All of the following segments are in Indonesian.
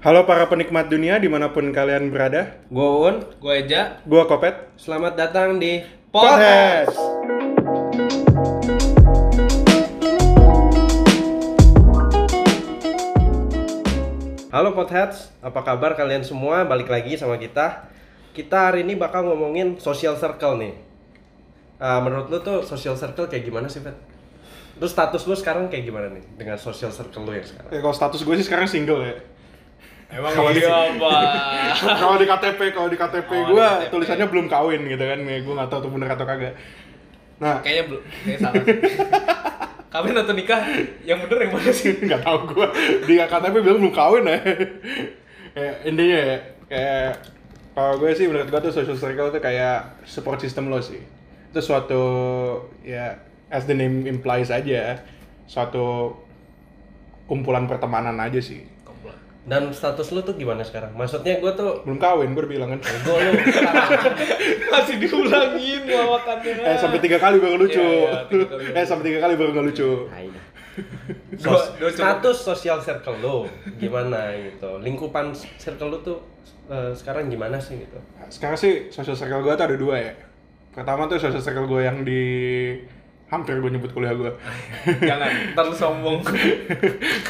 Halo para penikmat dunia dimanapun kalian berada. Gue Uun, Gue Eja, Gua Kopet. selamat datang di Podcast. Halo Potheads, apa kabar kalian semua? Balik lagi sama kita. Kita hari ini bakal ngomongin social circle nih. Ah, menurut lu tuh social circle kayak gimana sih, Fet? Terus status lu sekarang kayak gimana nih dengan social circle lu yang sekarang? Eh, kalau status gue sih sekarang single ya. emang Kalau di- iya apa? kalau di KTP, kalau di KTP Oh, di gue KTP. tulisannya belum kawin gitu kan. Ya, gue nggak tahu tuh bener atau kagak. Nah, Kayaknya belum, kayaknya salah sih. Kawin atau nikah, yang bener yang mana sih? nggak tahu gue. Di KTP bilang belum kawin ya. ya intinya ya, kayak kalau gue sih menurut gue tuh social circle tuh kayak support system lo sih. Itu suatu ya as the name implies aja, suatu kumpulan pertemanan aja sih. Dan status lu tuh gimana sekarang? Maksudnya gue tuh Belum kawin, gue udah bilang kan. gue lu Masih diulangin lawakannya. Eh sampai tiga kali baru lucu. Iya, iya, tiga kali baru eh sampai tiga kali baru nggak lucu. Dua- Sos- dua coba. status social circle lu gimana gitu lingkupan circle lu tuh eh, sekarang gimana sih gitu Sekarang sih social circle gue tuh ada dua ya. Pertama tuh social circle gue yang di hampir gue nyebut kuliah gue. Jangan, ntar lu sombong.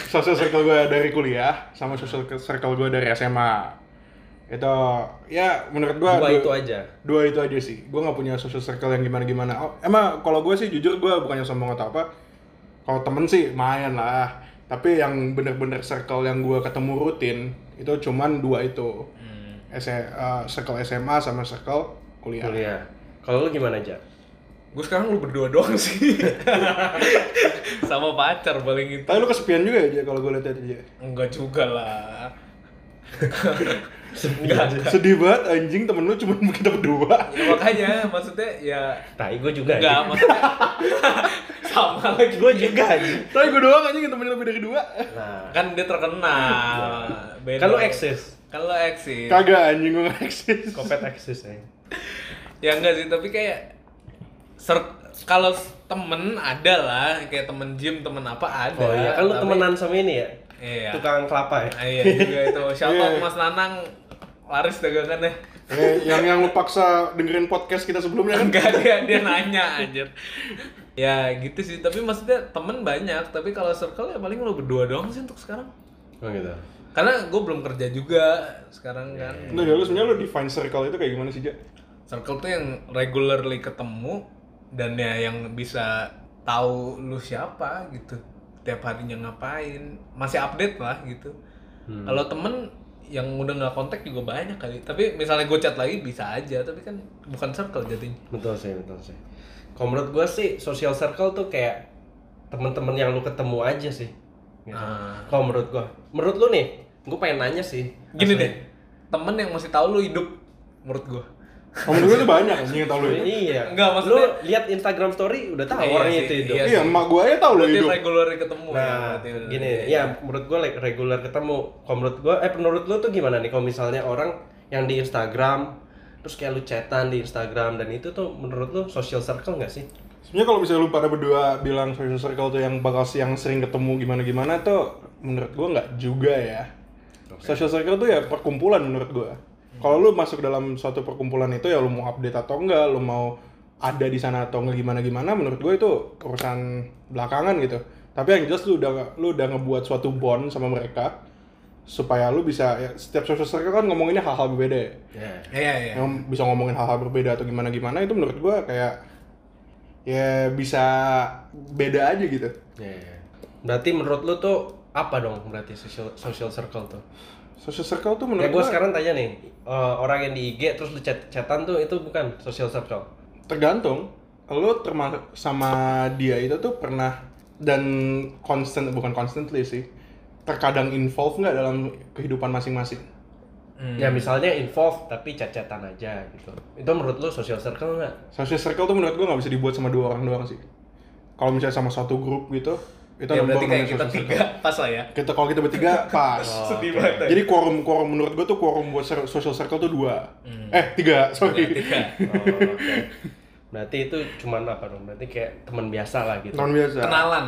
social circle gue dari kuliah sama social circle gue dari SMA. Itu ya menurut gue dua itu aja dua itu aja sih gue nggak punya social circle yang gimana gimana oh, emang kalau gue sih jujur gue bukannya sombong atau apa kalau temen sih main lah tapi yang bener-bener circle yang gue ketemu rutin itu cuman dua itu S- eh, circle SMA sama circle kuliah, kuliah Iya. kalau lu gimana aja Gue sekarang lu berdua doang sih. Sama pacar paling itu. tapi lu kesepian juga ya Jay, kalau gue lihat aja Enggak juga lah. sedih banget anjing temen lu cuma kita berdua Ya, Iya, makanya maksudnya ya tai gue juga enggak maksudnya sama lagi gue juga aja tapi gue doang anjing yang temennya lebih dari dua nah kan dia terkenal beda. kan lu eksis kan lu eksis kagak anjing gue nggak eksis kopet eksis ya ya enggak sih tapi kayak ser- kalau temen ada lah kayak temen gym temen apa ada oh iya kan lu Tapi- temenan sama ini ya iya tukang kelapa ya Ah, iya juga itu shout out Iya. mas nanang laris ya. dagangannya eh, yang yang lu paksa dengerin podcast kita sebelumnya kan enggak dia dia nanya anjir ya gitu sih tapi maksudnya temen banyak tapi kalau circle ya paling lu berdua doang sih untuk sekarang oh gitu karena gue belum kerja juga sekarang kan Nah, ya lu sebenarnya lu define circle itu kayak gimana sih, Ja? circle tuh yang regularly ketemu dan ya yang bisa tahu lu siapa gitu tiap harinya ngapain masih update lah gitu Hmm. kalau temen yang udah nggak kontak juga banyak kali tapi misalnya gue chat lagi bisa aja tapi kan bukan circle jadinya betul sih betul sih kalau menurut gue sih social circle tuh kayak temen-temen yang lu ketemu aja sih gitu. Ah. kalau menurut gue menurut lu nih gue pengen nanya sih gini Asli. deh temen yang masih tahu lu hidup menurut gue Kamu dulu tuh banyak anjing yang tau lu. ya. Iya. Enggak, maksudnya- lu lihat Instagram story udah tahu Iya orangnya sih, itu hidup. iya. Iya, emak gua aja tau lu berarti hidup. regularly ketemu ya, Nah, berarti. gini, ya menurut gue like, regular ketemu. Kalau menurut gue, eh menurut lu tuh gimana nih kalau misalnya orang yang di Instagram terus kayak lu chatan di Instagram dan itu tuh menurut lu social circle nggak sih? Sebenarnya kalau misalnya lu pada berdua bilang social circle tuh yang bakal yang sering ketemu gimana-gimana tuh menurut gua nggak juga ya. Social circle tuh ya perkumpulan menurut gua. Kalau lu masuk dalam suatu perkumpulan itu ya lu mau update atau enggak, lu mau ada di sana atau enggak gimana-gimana menurut gua itu urusan belakangan gitu. Tapi yang jelas lu udah lu udah ngebuat suatu bond sama mereka supaya lu bisa ya, setiap social circle kan ngomonginnya hal-hal berbeda ya. iya iya yang bisa ngomongin hal-hal berbeda atau gimana gimana itu menurut gua kayak ya bisa beda aja gitu Iya, Berarti menurut lu tuh apa dong berarti social social circle tuh? social circle tuh Ya menurut gue gua sekarang tanya nih, eh, orang yang di IG terus lu chat chatan tuh itu bukan social circle. tergantung lo termasuk sama dia itu tuh pernah dan constant bukan constantly sih terkadang involve nggak dalam kehidupan masing-masing Hmm. Ya misalnya involve tapi chat-chatan aja gitu. Itu menurut lu social circle nggak? social circle tuh menurut gua nggak bisa dibuat sama dua orang doang sih kalau misalnya sama satu grup gitu itu ya nambah berarti kayak namanya kita social tiga circle. pas lah ya kita kalau kita bertiga pas sedih banget Jadi quorum quorum menurut gue tuh quorum buat ser- social circle tuh dua, eh tiga sorry. Ya, tiga Oh, oke. Berarti itu cuman apa dong? Berarti kayak teman biasa lah gitu. Tahun biasa. kenalan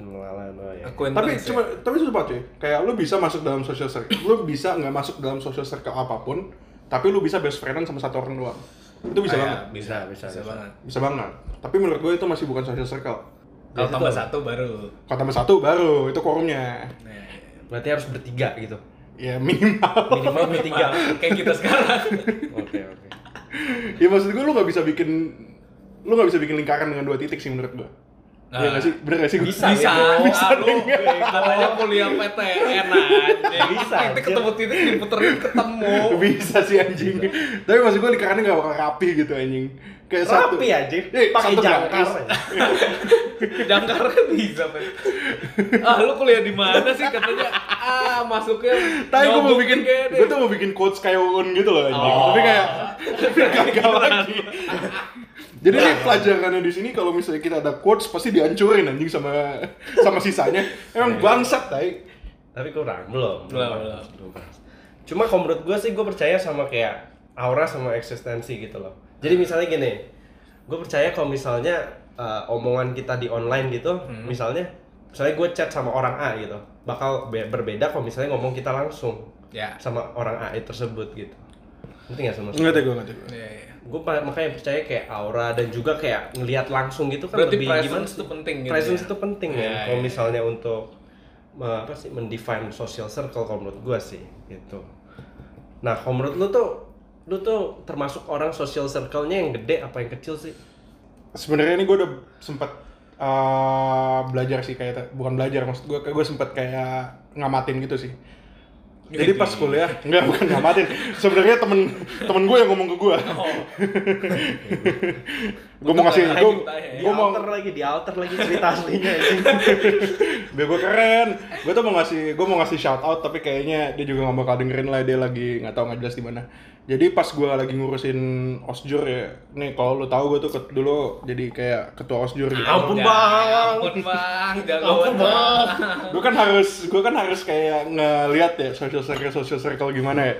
Pengenalan, oh ya. tapi Acquaintance cuma tapi sumpah cuy kayak lu bisa masuk dalam social circle lu bisa nggak masuk dalam social circle apapun tapi lu bisa best friendan sama satu orang doang itu bisa Ah, ya, banget Oh, iya. Bisa, bisa, bisa bisa. banget. bisa banget tapi menurut gue itu masih bukan social circle Kalau tambah satu baru. kalau tambah satu baru itu quorumnya Nah, ya, ya. Berarti harus bertiga gitu. ya minimal Minimal bertiga. kayak kita sekarang. Oke, oke. ya maksud gue lu nggak bisa bikin lu nggak bisa bikin lingkaran dengan dua titik sih menurut gue Iya Nah. nggak sih bener nggak sih Bisa, Bisa, bego. bisa lu katanya kuliah PTN aja. Bisa, Titik anjir. ketemu titik diputerin ketemu. bisa sih anjing tapi maksud gue lingkarannya nggak bakal rapi gitu anjing kayak satu Rapi anjir. Eh, Pakai satu jangkar. garis. Jangkarnya kan bisa, Pak. Ah, lu kuliah di mana sih katanya? Ah, masuknya Tapi gue mau nyobok bikin, kayak deh. gue tuh mau bikin quotes kayak Uun gitu loh anjing. Oh. Tapi kayak tapi gagal lagi. Jadi nih pelajarannya di sini kalau misalnya kita ada quotes pasti dihancurin anjing sama sama sisanya. Iya. Emang bangsat tai. Tapi kurang, belum. Belum, belum. Cuma kalau menurut gue sih gue percaya sama kayak aura sama eksistensi gitu loh. Jadi Hmm. misalnya gini, gue percaya kalau misalnya uh, omongan kita di online gitu, Hmm. misalnya misalnya gue chat sama orang A gitu, bakal be- berbeda kalau misalnya ngomong kita langsung Ya. sama orang A tersebut gitu. Nanti nggak sama? Enggak tahu gue enggak tahu. Iya, iya. Gue makanya percaya kayak aura dan juga kayak ngelihat langsung gitu kan Berarti lebih gimana presence sih? itu penting gitu. presence ya? itu penting Iya, ya, kalau iya. misalnya untuk me- apa sih mendefine social circle kalau menurut gua sih gitu nah kalau menurut lu tuh lu tuh termasuk orang social circle-nya yang gede apa yang kecil sih Sebenarnya ini gue udah sempat eh, belajar sih kayak bukan belajar maksud gue gue sempat kayak ngamatin gitu sih. Jadi pas kuliah, enggak bukan ngamatin. Sebenarnya temen temen gue yang ngomong ke gue. gue mau ngasih, gue di gue mau alter lagi di alter lagi cerita aslinya ini biar gue keren gue tuh mau ngasih gue mau ngasih shout out tapi kayaknya dia juga nggak bakal dengerin lah dia lagi nggak tahu nggak jelas di mana jadi pas gue lagi ngurusin osjur ya nih kalau lu tahu gue tuh ke- dulu jadi kayak ketua osjur gitu Ampun, Ya, Bang. Ampun bang, jagoan bang. gue kan harus gue kan harus kayak ngelihat ya social circle social circle gimana ya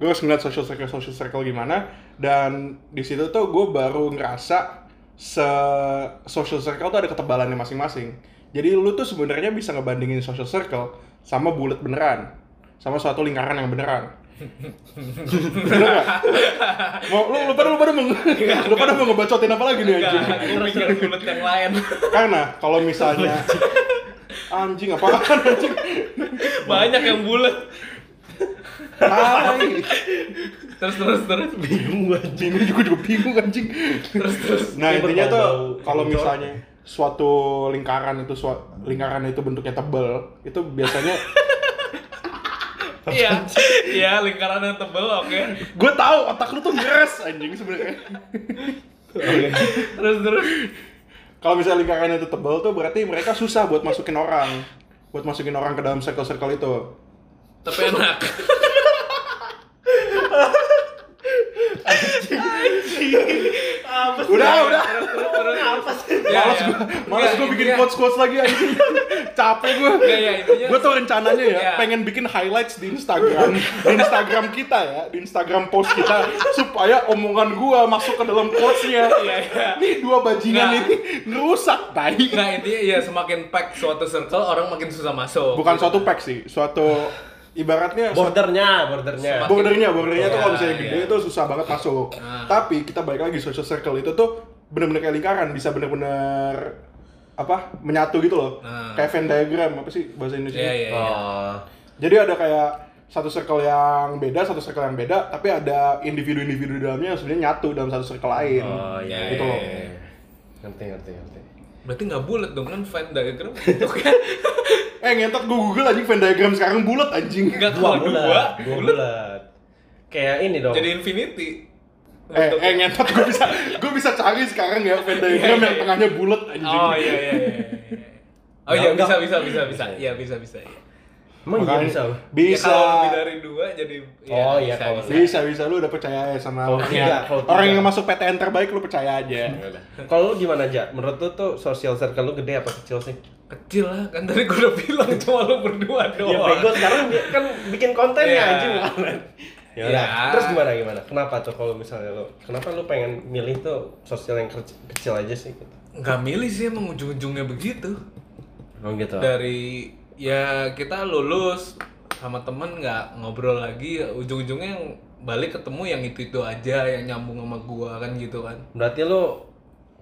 gue harus ngeliat social circle social circle gimana dan di situ tuh gue baru ngerasa se social circle tuh ada ketebalannya masing-masing jadi lu tuh sebenarnya bisa ngebandingin social circle sama bulat beneran sama suatu lingkaran yang beneran Bener nggak? Mau, lu, lu pada lu pada meng- lu pada mau ngebacotin apa lagi nih anjing? Enggak, gue mikir bulat yang lain. Karena kalau misalnya anjing apaan anjing? Banyak yang bulat. Tai. Terus terus terus. bingung gua anjing bingung juga juga bingung anjing Terus terus. nah Ini intinya tuh berbau-bau kalau kencur. misalnya suatu lingkaran itu sua- lingkaran itu bentuknya tebel itu biasanya Iya. Iya, lingkaran yang tebel oke. gue tahu otak lu tuh ngeres anjing sebenarnya Terus terus. kalau misalnya lingkaran itu tebel tuh berarti mereka susah buat masukin orang buat masukin orang ke dalam circle-circle itu Tapi enak. apa udah udah Iya, Terus terus. apa sih Ya, males ya. gue males Enggak, gue bikin intinya- quotes quotes lagi anjing capek gue Enggak, ya, intinya- gue tuh rencananya ya Iya. pengen bikin highlights di Instagram di Instagram kita ya di Instagram post kita supaya omongan gue masuk ke dalam quotesnya Iya, iya. nih dua bajingan Nah. ini ngerusak tai Nah, intinya ya semakin pack suatu circle orang makin susah masuk. bukan suatu pack sih suatu ibaratnya suatu- bordernya bordernya Semakin- bordernya bordernya tuh kalau Iya, misalnya gede iya. itu susah banget masuk Nah. tapi kita balik lagi social circle itu tuh bener-bener kayak lingkaran bisa bener-bener apa menyatu gitu loh Nah. kayak Venn diagram apa sih bahasa Indonesia Iya, iya, iya. oh Jadi ada kayak satu circle yang beda, satu circle yang beda, tapi ada individu-individu di dalamnya yang sebenarnya nyatu dalam satu circle lain. Ah. oh iya Gitu iya, loh. iya. ngerti ngerti ngerti Berarti nggak bulat dong kan Venn diagram. Oke. Eh ngentot gue Google anjing Venn diagram sekarang bulat anjing. Enggak kalau dua, bulat, dua bulat kayak ini dong jadi infinity. Eh, eh ngentot gue bisa gue bisa cari sekarang ya Venn Iya, diagram iya, yang iya. tengahnya bulat anjing. Oh iya iya iya. iya. Oh iya Enggak, bisa enggak. bisa bisa bisa. Iya bisa bisa. iya. emang iya Makanya- bisa Bang? Ya, Bisa. kalau lebih dari dua jadi ya, Oh, iya, kalau bisa bisa lu udah percaya ya sama Kalau orang tiga, yang- kalau orang tiga. yang masuk PTN terbaik lu percaya aja. Kalau lu gimana aja? Menurut lu tuh social circle lu gede apa kecil sih? Kecil lah kan tadi gua udah bilang cuma lu berdua doang. Ya bego sekarang bi- kan bikin konten Iya. ya anjing. Ya udah. Iya. Terus gimana gimana? Kenapa tuh kalau misalnya lu? Kenapa lu pengen milih tuh sosial yang kerj- kecil aja sih? Gitu? Nggak milih sih emang ujung-ujungnya begitu. Oh gitu. dari ya kita lulus sama temen nggak ngobrol lagi ya ujung-ujungnya yang balik ketemu yang itu itu aja yang nyambung sama gua kan gitu kan Berarti lu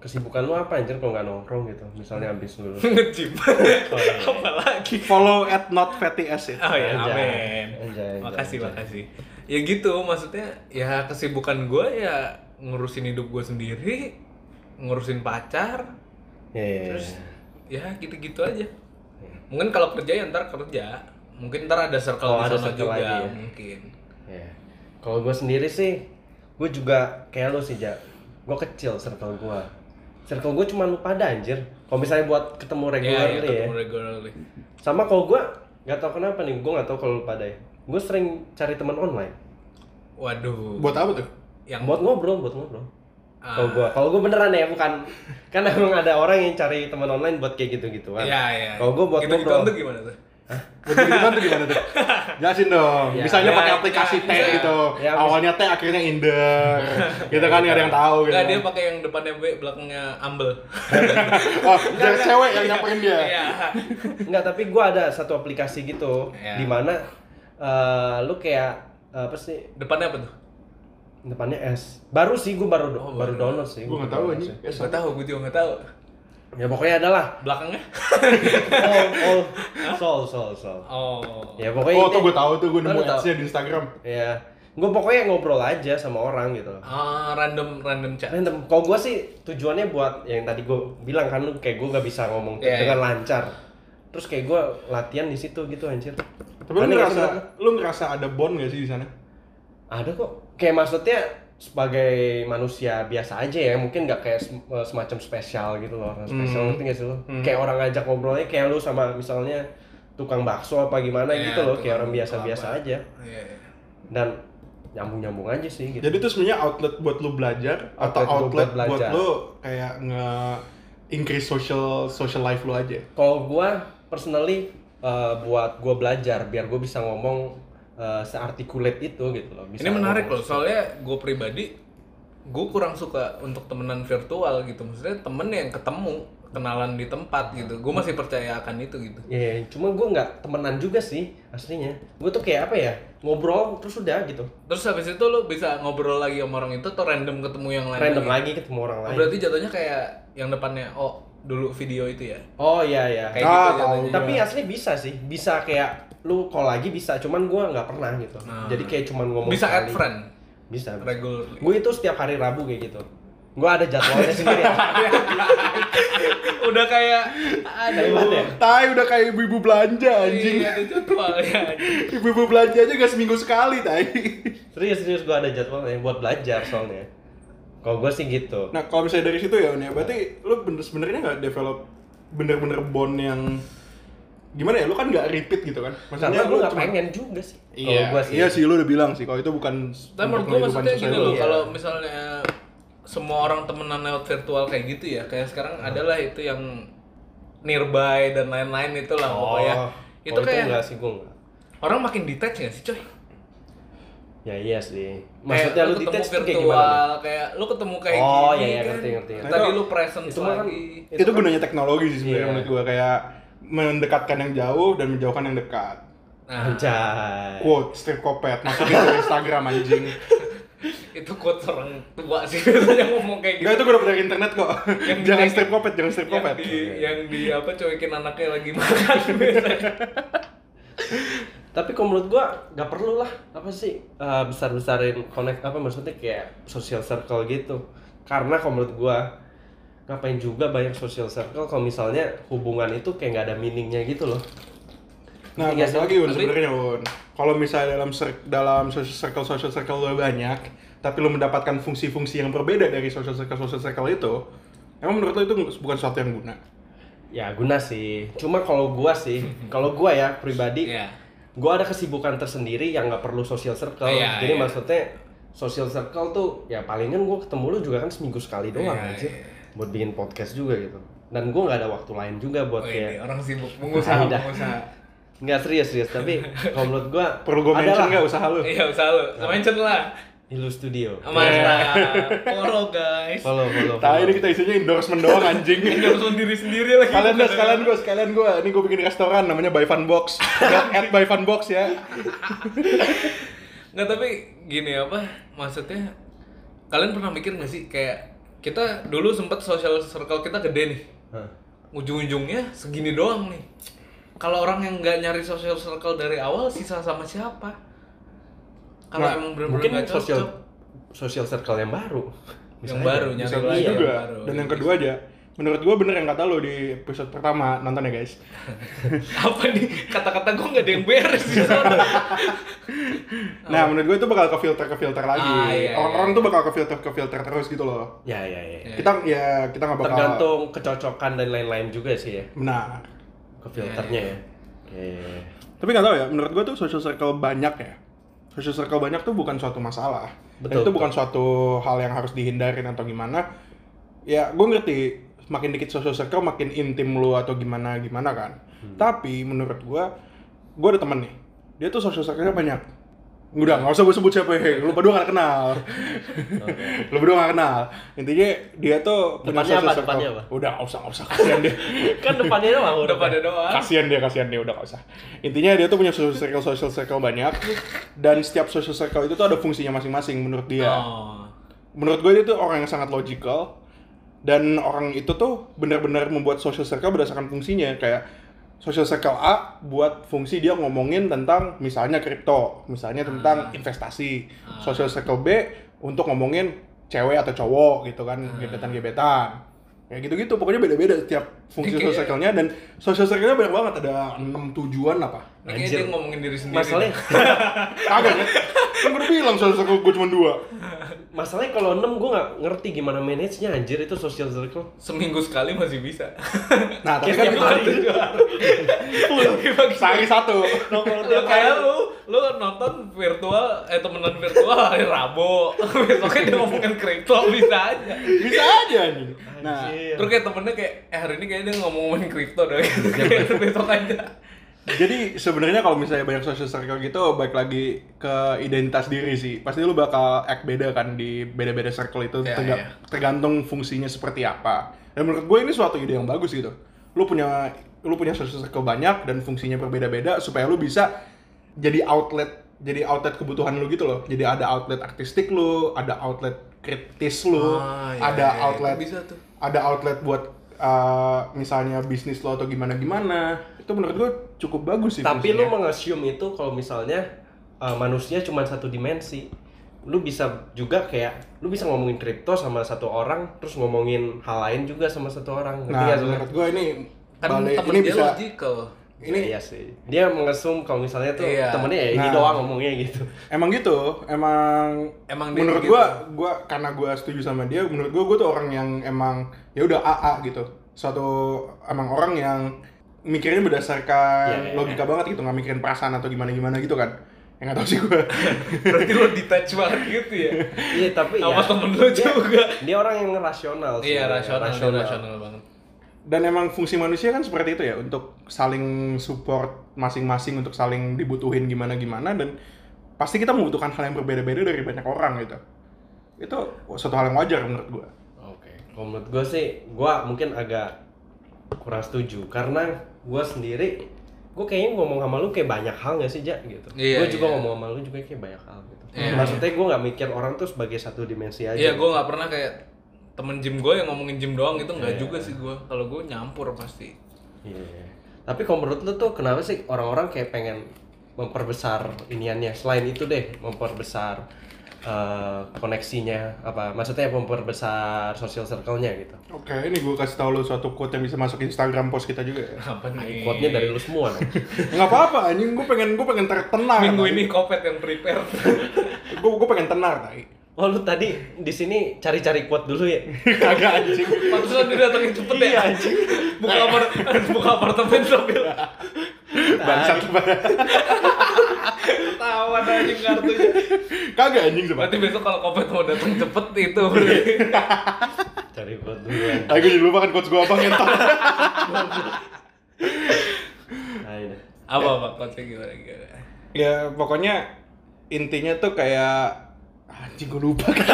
kesibukan lu apa anjir kalau nggak nongkrong gitu? Misalnya habis lulus. ngejim Iya. apa lagi Follow at not fatty ass ya. oh ya Anjay. amin Anjay, anjay, makasih anjay. makasih ya gitu maksudnya ya kesibukan gua ya ngurusin hidup gua sendiri ngurusin pacar Iya, iya, iya. ya gitu-gitu aja mungkin kalau kerja ya ntar kerja mungkin ntar ada circle Oh, di ada sana circle juga lagi ya. mungkin Iya. Kalau gue sendiri sih, gue juga kayak lu sih, Jak. Gue kecil circle gue. Circle gue cuma lu pada anjir. Kalau misalnya buat ketemu ya, ya, regularly ya. ketemu regularly Sama kalau gue, nggak tau kenapa nih, gue nggak tau kalau lu pada ya. Gue sering cari teman online. waduh Buat apa tuh? yang Buat ngobrol, buat ngobrol. Ah. Kalau gue, kalau gue beneran ya, bukan. Kan emang ada orang yang cari teman online buat kayak gitu-gituan. ya ya Kalau gua buat gitu ngobrol. tuh gimana tuh Begitu tuh gimana tuh? Jelasin dong. Ya. Misalnya Ya, pakai ya, aplikasi ya, T bisa. gitu. Ya, bisa. Awalnya T akhirnya Inder. gitu kan nggak ada yang tahu gitu. Enggak, dia pakai yang depannya B, belakangnya ambel. Oh, dari cewek yang nyamperin dia. Iya. Enggak, tapi gua ada satu aplikasi gitu Iya. di mana eh, lu kayak eh, apa sih depannya apa tuh? depannya S. Baru sih gua baru Oh, baru baru. download sih. Gue gua nggak tahu baru anjing. download sih. Ya, Gak tahu, gue juga gak tahu. Ya pokoknya adalah Belakangnya? all all sol sol sol. Oh. Ya so- pokoknya Oh, itu- tuh gue tahu tuh gue nemu Baru tahu. ads-nya di Instagram. Iya. Gua pokoknya ngobrol aja sama orang gitu loh. Ah, random random chat. Random. Kalau gua sih tujuannya buat yang tadi gua bilang kan lu kayak gua gak bisa ngomong Iya, dengan lancar. Terus kayak gua latihan di situ gitu anjir. Tapi lu Aneh nggak sih ngerasa menurut lu? lu ngerasa ada bond gak sih di sana? ada kok kayak maksudnya sebagai manusia biasa aja ya mungkin nggak kayak sem- eh, semacam spesial gitu loh orang spesial ngerti nggak sih lo Hmm. kayak orang ngajak ngobrolnya kayak lu sama misalnya tukang bakso apa gimana Iya, gitu loh tukang kayak orang biasa-biasa kelapa. aja Iya. iya. dan nyambung-nyambung aja sih gitu Jadi itu sebenarnya outlet buat lu belajar atau Outlet outlet buat buat belajar. lu kayak nge increase social social life lu aja. kalau gua personally eh, buat gua belajar biar gua bisa ngomong eh, searticulate itu gitu loh bisa Ini menarik ngomong. loh, soalnya gue pribadi gue kurang suka untuk temenan virtual gitu. Maksudnya temen yang ketemu, kenalan di tempat gitu. Gue masih percaya akan itu gitu. Iya, cuma gua nggak temenan juga sih aslinya. Gua tuh kayak apa ya ngobrol terus udah gitu. Terus habis itu lo bisa ngobrol lagi sama orang itu atau random ketemu yang lain? random lagi? lagi ketemu orang Oh, lain. berarti jatuhnya kayak yang depannya oh dulu video itu ya. Oh iya iya. Kayak Ah, gitu tahu. jatuhnya. Tapi asli bisa sih, bisa kayak lu kalau lagi bisa, cuman gua nggak pernah gitu. Nah. Jadi kayak cuman ngomong Bisa add sekali. friend Bisa. regular. Gue itu setiap hari Rabu kayak gitu. Gua ada jadwalnya sendiri. Iya. Udah kayak Hebat aduh. ya. Tai udah kayak ibu-ibu belanja anjing. Iya, ada jadwalnya. Ibu-ibu belanja aja gak seminggu sekali, Tai. Serius serius gua ada jadwalnya buat belajar soalnya. Kalau gua sih gitu. Nah, kalau misalnya dari situ ya, Unia, berarti lu bener sebenarnya nggak develop bener-bener bond yang gimana ya? Lu kan nggak repeat gitu kan? Karena lu gua nggak cuma- pengen juga sih. Kalau Iya, gua sih. iya sih lu udah bilang sih kalau itu bukan Tapi menurut untuk gue kehidupan maksudnya sosial gini lu. loh, iya. kalau misalnya semua orang temenan lewat virtual kayak gitu ya, kayak sekarang Nah. adalah itu yang nearby dan lain-lain itulah Oh, pokoknya. itu, iya. Itu kayak enggak sih gua enggak. orang makin detach gak sih, coy? Ya iya sih. Maksudnya Kayak lu detach tuh ketemu kayak gimana? nih? virtual, kayak lu ketemu kayak Oh, gini iya, iya, kan. ngerti, ngerti, ngerti. Tadi Itu- lu presence Itu mah kan lagi. itu, gunanya teknologi sih sebenarnya Iya. menurut gua kayak mendekatkan yang jauh dan menjauhkan yang dekat. Nah, Anjay. Quote strip kopet masukin ke Instagram anjing. itu quotes orang tua sih biasanya ngomong kayak gitu. Enggak itu gua dapat dari internet kok. Yang jangan di- strip kopet, jangan strip yang ya? kopet. di yang di apa cuekin anaknya lagi makan biasanya. tapi kalau menurut gua nggak perlu lah apa sih eh, besar-besarin connect apa maksudnya kayak social circle gitu karena kalau menurut gua ngapain juga banyak social circle kalau misalnya hubungan itu kayak nggak ada meaningnya gitu loh Nah, balik Iya sih. lagi Un Tapi- sebenarnya Un. Kalau misalnya dalam cir- dalam social circle social circle lo banyak, tapi lo mendapatkan fungsi-fungsi yang berbeda dari social circle social circle itu, emang menurut lo itu bukan sesuatu yang guna? ya guna sih cuma kalau gua sih kalau gua ya pribadi Iya. gua ada kesibukan tersendiri yang nggak perlu social circle Iya, jadi iya. maksudnya social circle tuh ya palingan gua ketemu lu juga kan seminggu sekali doang Iya, anjir. iya. buat bikin podcast juga gitu dan gua nggak ada waktu lain juga buat Oh, kayak ini orang sibuk pengusaha, Dah. pengusaha. Nggak serius serius tapi kalau menurut gua Perlu gue ada mention lah. Eh. nggak usaha lo? Nah. Iya, usaha lu. Mention lah. Ilu Studio. Mantap. Follow Iya. guys. Follow, follow. Tahu follow. ini kita isinya endorsement doang anjing. Endorsement diri sendiri lagi. ya? Kalian deh, sekalian gue, sekalian gue. Ini gue bikin restoran namanya By Fun Box. At, at By Fun Box ya. Nggak tapi gini apa maksudnya kalian pernah mikir nggak sih kayak kita dulu sempat social circle kita gede nih Hah. ujung-ujungnya segini doang nih kalau orang yang nggak nyari social circle dari awal sisa sama siapa kalau Nah, emang bener-bener Mungkin nggak cocok, social social circle yang baru. gitu. yang baru nyari Bisa lagi yang juga. Iya, baru. Dan yang kedua aja. Menurut gue bener yang kata lo di episode pertama nonton ya guys. apa nih kata-kata gue nggak ada yang beres di sana Nah menurut gue itu bakal ke filter ke filter lagi. Oh. Ah, iya, Orang-orang tuh bakal ke filter ke filter terus gitu loh. Ya, ya, ya. Iya. Kita ya kita nggak bakal. Tergantung kecocokan dan lain-lain juga sih ya. Benar. Ke filternya ya. Iya, iya, iya. Tapi nggak tahu ya. Menurut gue tuh social circle banyak ya. Social circle banyak tuh bukan suatu masalah. Dan itu Betul, betul. bukan suatu hal yang harus dihindarin atau gimana. Ya gue ngerti. Makin dikit social circle makin intim lu atau gimana gimana kan. Hmm. Tapi menurut gue, gue ada temen nih. Dia tuh social circle-nya banyak. Udah, nggak usah gue sebut siapa ya. Lu berdua nggak kenal. lu berdua nggak kenal. Intinya dia tuh punya Depannya social apa? circle. Depannya apa? Udah, nggak usah, nggak usah. Kasihan dia. kan depannya doang kan? udah pada doang kasihan dia kasihan dia udah gak usah intinya dia tuh punya social circle social circle banyak dan setiap social circle itu tuh ada fungsinya masing-masing menurut dia oh. menurut gue dia tuh orang yang sangat logical dan orang itu tuh benar-benar membuat social circle berdasarkan fungsinya kayak social circle A buat fungsi dia ngomongin tentang misalnya kripto misalnya tentang investasi social circle B untuk ngomongin cewek atau cowok gitu kan gebetan-gebetan kayak gitu-gitu pokoknya beda-beda setiap fungsi Ini social kayak- circle-nya dan social circle-nya banyak banget ada 6 tujuan apa Ini kayaknya Anjir. dia ngomongin diri sendiri Masalahnya kagak ya kan gue udah bilang social circle gue cuma dua masalahnya kalau 6 gue nggak ngerti gimana manage-nya anjir itu social circle. seminggu sekali masih bisa nah tapi kan Kayak tiap Iya, hari. Bagi-bagi. Iya. sehari satu Nongkrong lu Iya, tiap kayak hari. lu lu nonton virtual eh temenan virtual hari Rabu besoknya dia ngomongin kripto bisa aja bisa aja anjing nah Anjir. terus kayak temennya kayak eh hari ini kayaknya dia ngomongin kripto deh Kayak besok aja Jadi sebenarnya kalau misalnya banyak social circle gitu baik lagi ke identitas diri sih. Pasti lu bakal act beda kan di beda-beda circle itu Iya, terga- iya. tergantung fungsinya seperti apa. Dan menurut gue ini suatu ide yang bagus gitu. Lu punya lu punya social circle banyak dan fungsinya berbeda-beda supaya lu bisa jadi outlet jadi outlet kebutuhan lu gitu loh. Jadi ada outlet artistik lu, ada outlet kritis lu, Ah, iya, ada iya, iya. outlet Itu bisa tuh. ada outlet buat uh, misalnya bisnis lo atau gimana gimana itu menurut gue cukup bagus gitu sih ya. Tapi lu fungsinya. mengassume itu kalau misalnya uh, manusia cuma satu dimensi. Lu bisa juga kayak lu bisa ngomongin kripto sama satu orang terus ngomongin hal lain juga sama satu orang. nah Ngerti nggak, Zul? menurut gue ini kan balik temen ini dia bisa logical ini iya sih. Dia mengassume kalau misalnya tuh Iya. temennya ya ini Nah. doang ngomongnya gitu. emang gitu emang Emang dia menurut begitu. gue gitu. gua karena gue setuju sama dia menurut gue gue tuh orang yang emang ya udah AA gitu suatu emang orang yang mikirnya Iya, iya, berdasarkan iya. logika banget gitu nggak mikirin perasaan atau gimana gimana gitu kan yang nggak tahu sih gue berarti lu detach banget gitu ya Iya, tapi sama ya, temen lu dia, juga dia orang yang rasional sih. iya rasional dia rasional banget dan emang fungsi manusia kan seperti itu ya untuk saling support masing-masing untuk saling dibutuhin gimana gimana dan pasti kita membutuhkan hal yang berbeda-beda dari banyak orang gitu itu suatu hal yang wajar menurut gua Oke. Kalau menurut gue sih, gue mungkin agak kurang setuju karena gue sendiri, gue kayaknya ngomong sama lu kayak banyak hal gak sih, Ja? gitu. Iya, gue juga iya. ngomong sama lu juga kayak banyak hal gitu. Iya, Maksudnya gue nggak mikir orang tuh sebagai satu dimensi aja. iya gue nggak pernah kayak temen gym gue yang ngomongin gym doang gitu nggak juga sih gue kalau gue nyampur pasti Iya, iya. Tapi kalau menurut lu tuh kenapa sih orang-orang kayak pengen memperbesar iniannya selain itu deh memperbesar eh, koneksinya apa maksudnya memperbesar social circle-nya gitu. oke ini gua kasih tau lo suatu quote yang bisa masuk Instagram post kita juga ya apa nih Quote-nya dari lu semua dong. nggak apa-apa anjing gua pengen gua pengen tertenang minggu ini kopet yang prepare gua gua pengen tenar tai Oh lu tadi di sini cari-cari quote dulu ya? kagak anjing pantesan dia datangnya cepet ya Iya, anjing. buka apart buka apartemen sambil bangsat banget. ketawa anjing kartunya kagak anjing berarti sebenarnya besok kalau kopet mau datang cepet itu Cari quote ya. duluan. tapi gua jadi lupa kan quotes gua apa ngentot Nah, ini. apa apa konsep gimana gimana ya pokoknya intinya tuh kayak Anjing gue lupa kan.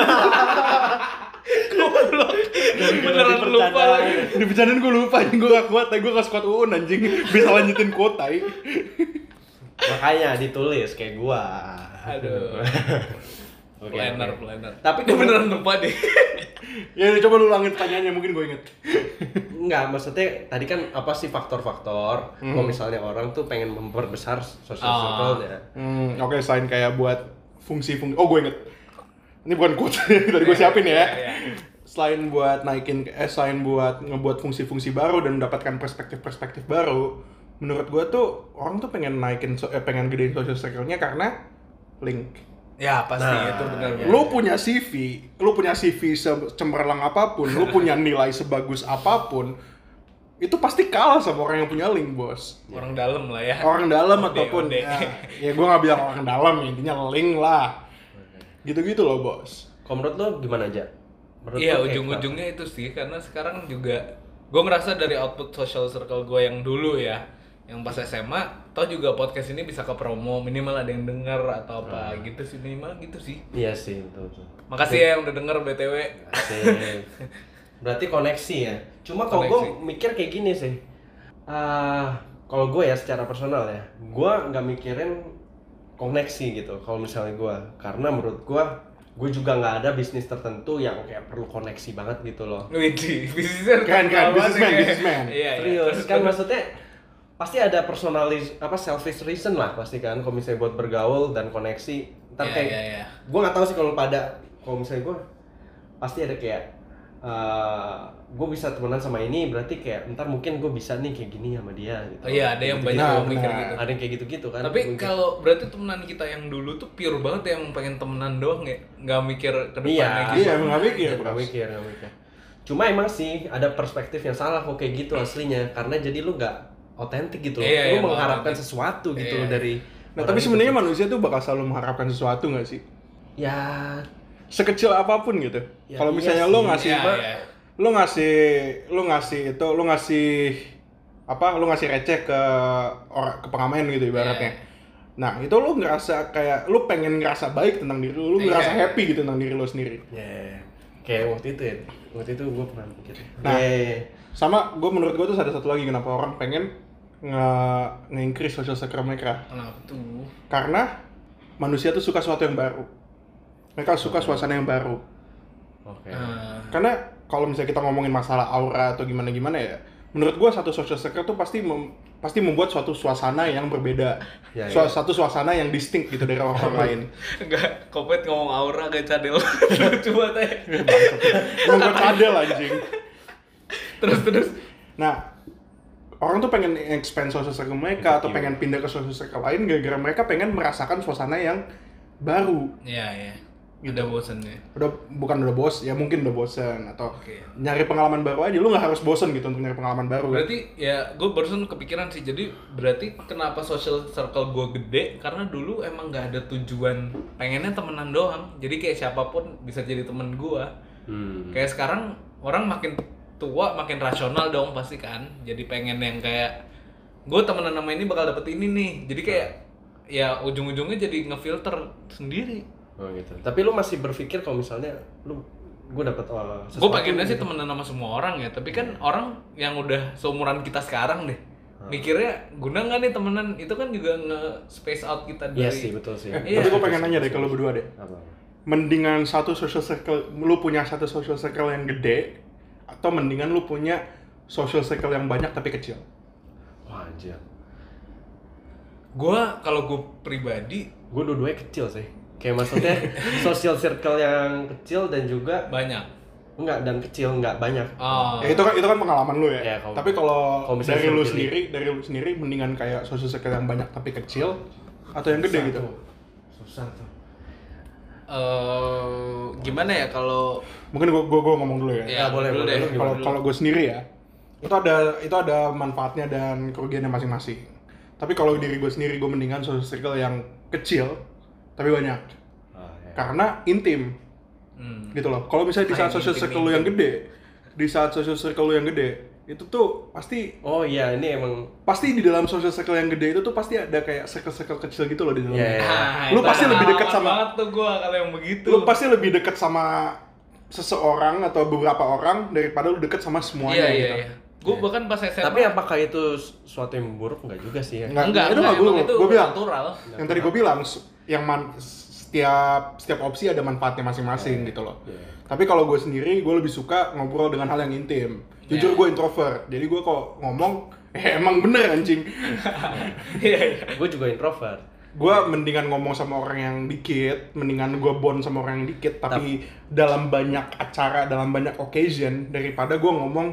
Beneran lupa lagi. Di bercandaan gue lupa, anjing gue gak kuat, gue gak sekuat Uun anjing. Bisa lanjutin ya. kuota, tai. Makanya ditulis kayak gua. Aduh. Oke, planner, oke. planner. Tapi gue beneran lupa deh. Ya coba lu ulangin pertanyaannya, mungkin gue inget. Enggak, maksudnya tadi kan apa sih faktor-faktor kalau misalnya orang tuh pengen memperbesar ya. social Hmm. Ah. circle-nya. Hmm, oke selain kayak buat fungsi-fungsi. Oh, gue inget. Ini bukan quote tadi gue siapin ya. Selain buat naikin eh selain buat ngebuat fungsi-fungsi baru dan mendapatkan perspektif-perspektif baru, menurut gue tuh orang tuh pengen naikin so- eh, pengen gedein social circle-nya karena link. Ya pasti Nah, itu benar. iya. Lu punya CV, lu punya CV cemberlang apapun, lu punya nilai sebagus apapun, itu pasti kalah sama orang yang punya link, Bos Orang dalam lah ya. orang dalam Ode, ataupun ode. ya, ya gue nggak bilang orang dalam intinya link lah gitu-gitu loh bos Kalau menurut lo gimana aja? Menurut Iya lo kayak ujung-ujungnya itu sih karena sekarang juga gue ngerasa dari output social circle gue yang dulu ya, yang pas SMA, toh juga podcast ini bisa ke promo minimal ada yang denger atau apa gitu sih minimal gitu sih. kenapa? Iya sih, betul. betul. Makasih ya yang udah denger btw. Asik. Berarti koneksi ya. Cuma kalau gue Koneksi. mikir kayak gini sih. Ah, kalau gue ya secara personal ya, gue nggak mikirin koneksi gitu. Kalau misalnya gue, karena menurut gue, gue juga nggak ada bisnis tertentu yang kayak perlu koneksi banget gitu loh. Widih, bisnisnya Keren, keren. terkenal banget Businessman, ya. businessman. Iya, iya. Serius kan maksudnya pasti ada personalis apa selfish reason lah pasti kan kalau misalnya buat bergaul dan koneksi ntar Iya, kayak iya, iya. gue nggak tahu sih kalau pada kalau misalnya gue pasti ada kayak gue bisa temenan sama ini berarti kayak ntar mungkin gue bisa nih kayak gini sama dia gitu Oh iya, ada yang Gitu-gitu. banyak Nah, yang mikir benar. gitu. ada yang kayak gitu-gitu kan Tapi Mungkin. kalau berarti temenan kita yang dulu tuh pure banget ya, yang pengen temenan doang ya, nggak mikir ke iya depannya gitu. Iya, emang nggak mikir, nggak Bos. mikir nggak mikir cuma emang sih ada perspektif yang salah kok kayak gitu aslinya karena jadi lu nggak otentik gitu loh Iya, iya, lu nggak mengharapkan otentik. sesuatu gitu Iya. loh dari nah orang tapi itu. sebenarnya manusia tuh bakal selalu mengharapkan sesuatu nggak sih ya sekecil apapun gitu Ya, kalau iya misalnya sih. lo ngasih Iya, apa- iya. lo ngasih lo ngasih itu lo ngasih apa lo ngasih receh ke orang ke pengamen gitu ibaratnya Iya. nah itu lo ngerasa kayak lo pengen ngerasa baik tentang diri lo lo Iya. ngerasa happy gitu tentang diri lo sendiri ya kayak waktu itu ya waktu itu gue pernah mikir Nah. Ya, ya, ya. sama gue menurut gue tuh ada satu lagi kenapa orang pengen nge nge-increase social circle mereka Kenapa tuh? karena manusia tuh suka sesuatu yang baru mereka suka suasana yang baru oke Ah, karena kalau misalnya kita ngomongin masalah aura atau gimana gimana ya menurut gue satu social circle tuh pasti mem- pasti membuat suatu suasana yang berbeda Ya, Sua- ya. satu suasana yang distinct gitu dari orang-orang lain Enggak, kompet ngomong aura kayak cadel. Lucu banget ya. emang gue cadel anjing Terus terus. Nah, orang tuh pengen expand social circle mereka Iya. atau pengen pindah ke social circle lain gara-gara mereka pengen merasakan suasana yang baru. Iya, iya. Ada bosannya. Udah bukan udah bos, ya mungkin udah bosen atau Oke. nyari pengalaman baru aja. Lu nggak harus bosen gitu untuk nyari pengalaman baru. kan? Berarti ya gue barusan kepikiran sih. Jadi berarti kenapa social circle gue gede? Karena dulu emang nggak ada tujuan. Pengennya temenan doang. Jadi kayak siapapun bisa jadi temen gue. Hmm. Kayak sekarang orang makin tua makin rasional dong pasti kan. Jadi pengen yang kayak gue temenan sama ini bakal dapet ini nih. Jadi kayak ya ujung-ujungnya jadi ngefilter sendiri. Oh, gitu. tapi lu masih berpikir kalau misalnya lu gue dapat uh, Gue sesuatu pengennya gitu. sih temenan sama semua orang ya, tapi kan orang yang udah seumuran kita sekarang deh, Hmm. mikirnya guna nggak nih temenan? Itu kan juga nge space out kita dari. Iya sih betul sih Eh, Tapi gue pengen nanya deh kalau berdua deh. apa Mendingan satu social circle, lu punya satu social circle yang gede atau mendingan lu punya social circle yang banyak tapi kecil? wah anjir Gue kalau gue pribadi gue dua-duanya kecil sih kayak maksudnya social circle yang kecil dan juga banyak. enggak dan kecil enggak banyak Oh. Ya itu kan itu kan pengalaman lu ya. Ya, kalau- tapi kalau kalau misalnya dari lu suruh pilih. sendiri, dari lu sendiri mendingan kayak social circle yang banyak tapi kecil atau yang gede gitu. susah tuh eh, gimana ya kalau Mungkin gua gua, gua ngomong dulu ya. ya, boleh, dulu boleh, deh. boleh, Kalau kalau gua sendiri ya, itu ada itu ada manfaatnya dan kerugiannya masing-masing. Tapi kalau diri gua sendiri gua mendingan social circle yang kecil tapi banyak. Ah, ya. Karena intim Hmm. gitu loh. Kalau misalnya di saat Main social intim, circle lu yang gede, di saat social circle lu yang gede, itu tuh pasti Oh iya, ini emang pasti di dalam social circle yang gede itu tuh pasti ada kayak circle-circle kecil gitu loh di dalamnya. Iya, iya. Ah, Lu itu pasti lebih dekat pengalaman sama- banget tuh gua kalau yang begitu. Iya, Lu pasti lebih dekat sama seseorang atau beberapa orang daripada lu dekat sama semuanya Iya iya gitu. iya. Gua bahkan pas SMA Tapi apakah itu sesuatu yang buruk nggak juga sih ya? Nggak, enggak, itu enggak, nggak emang gua- itu gua bilang. natural. Yang tadi gue bilang s- yang man- setiap setiap opsi ada manfaatnya masing-masing Iya. gitu loh. Tapi kalau gue sendiri gue lebih suka ngobrol dengan hal yang intim. Jujur Iya. gue introvert. Jadi gue kok ngomong eh, emang bener anjing. Iya iya. Gue juga introvert. gue mendingan ngomong sama orang yang dikit, mendingan gue bond sama orang yang dikit, tapi dalam banyak acara, dalam banyak occasion daripada gue ngomong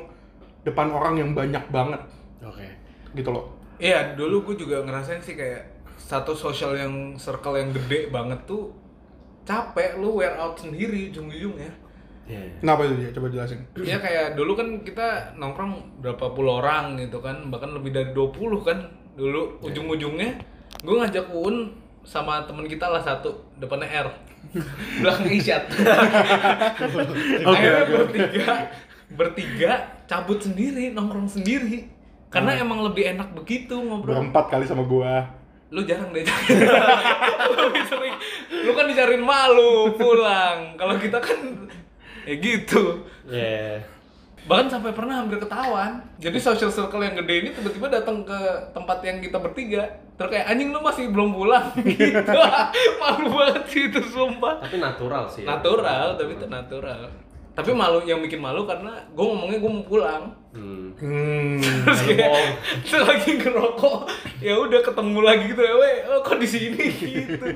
depan orang yang banyak banget Oke. gitu loh. Iya, dulu gue juga ngerasain sih kayak satu social yang circle yang gede banget tuh capek lu wear out sendiri ujung-ujungnya. Iya. iya. Kenapa itu dia? Coba jelasin. Iya kayak dulu kan kita nongkrong berapa puluh orang gitu kan, bahkan lebih dari 20 kan dulu ujung-ujungnya gue ngajak Uun sama temen kita lah satu depannya R belakang Isyat akhirnya bertiga bertiga cabut sendiri nongkrong sendiri karena emang lebih enak begitu ngobrol Berempat kali sama gue. lu jarang deh lebih sering lu kan dicariin malu pulang kalau kita kan ya gitu Iya. bahkan sampai pernah hampir ketahuan jadi social circle yang gede ini tiba-tiba datang ke tempat yang kita bertiga terus kayak anjing lu masih belum pulang gitu malu banget sih itu sumpah Tapi natural sih. ya. natural tapi itu natural tapi malu yang bikin malu karena gue ngomongnya gue mau pulang Hmm. Hmm. terus Lalu kayak bohong. terus lagi ngerokok ya udah ketemu lagi gitu ya weh oh, kok di sini gitu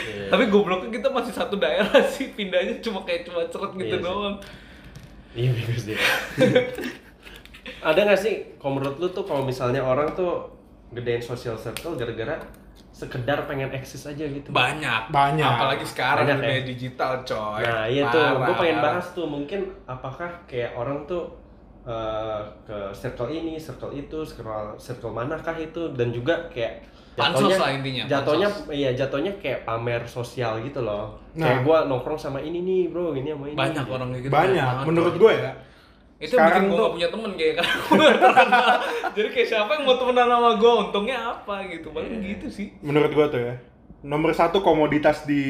Iya. tapi gobloknya kita masih satu daerah sih pindahnya cuma kayak cuma ceret gitu Iya sih. doang Iya bagus deh. Ada nggak sih, kalau menurut lu tuh kalau misalnya orang tuh gedein social circle gara-gara sekedar pengen eksis aja gitu? banyak Banyak. apalagi sekarang Banyak, dunia ya? digital coy Nah iya tuh, Parah, gue pengen parah. bahas tuh mungkin apakah kayak orang tuh eh, ke circle ini, circle itu, circle circle manakah itu dan juga kayak Pansos lah intinya, jatuhnya iya jatuhnya kayak pamer sosial gitu loh. Nah. Kayak gue nongkrong sama ini nih bro, ini sama ini. banyak Gitu. orang kayak gitu Banyak. banget, Menurut coy. gue ya. itu yang sekarang bikin gue tuh- gak punya temen kayak kan jadi kayak siapa yang mau temenan sama gue untungnya apa gitu paling gitu sih Menurut gue tuh ya. Nomor satu komoditas di